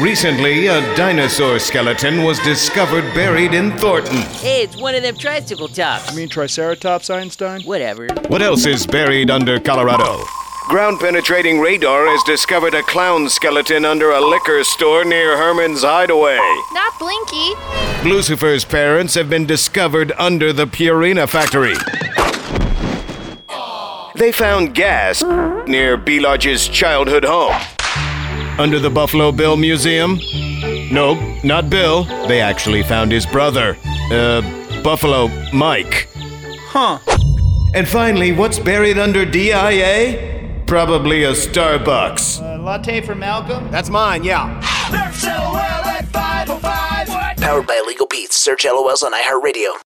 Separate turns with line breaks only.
Recently, a dinosaur skeleton was discovered buried in Thornton.
Hey, it's one of them tricycle tops.
You mean Triceratops Einstein?
Whatever.
What else is buried under Colorado? Ground penetrating radar has discovered a clown skeleton under a liquor store near Herman's Hideaway.
Not Blinky.
Lucifer's parents have been discovered under the Purina factory. They found gas near B. Lodge's childhood home. Under the Buffalo Bill Museum? Nope, not Bill. They actually found his brother, uh, Buffalo Mike.
Huh.
And finally, what's buried under DIA? Probably a Starbucks.
A Uh, latte for Malcolm?
That's mine, yeah.
Powered by Legal Beats. Search LOLs on iHeartRadio.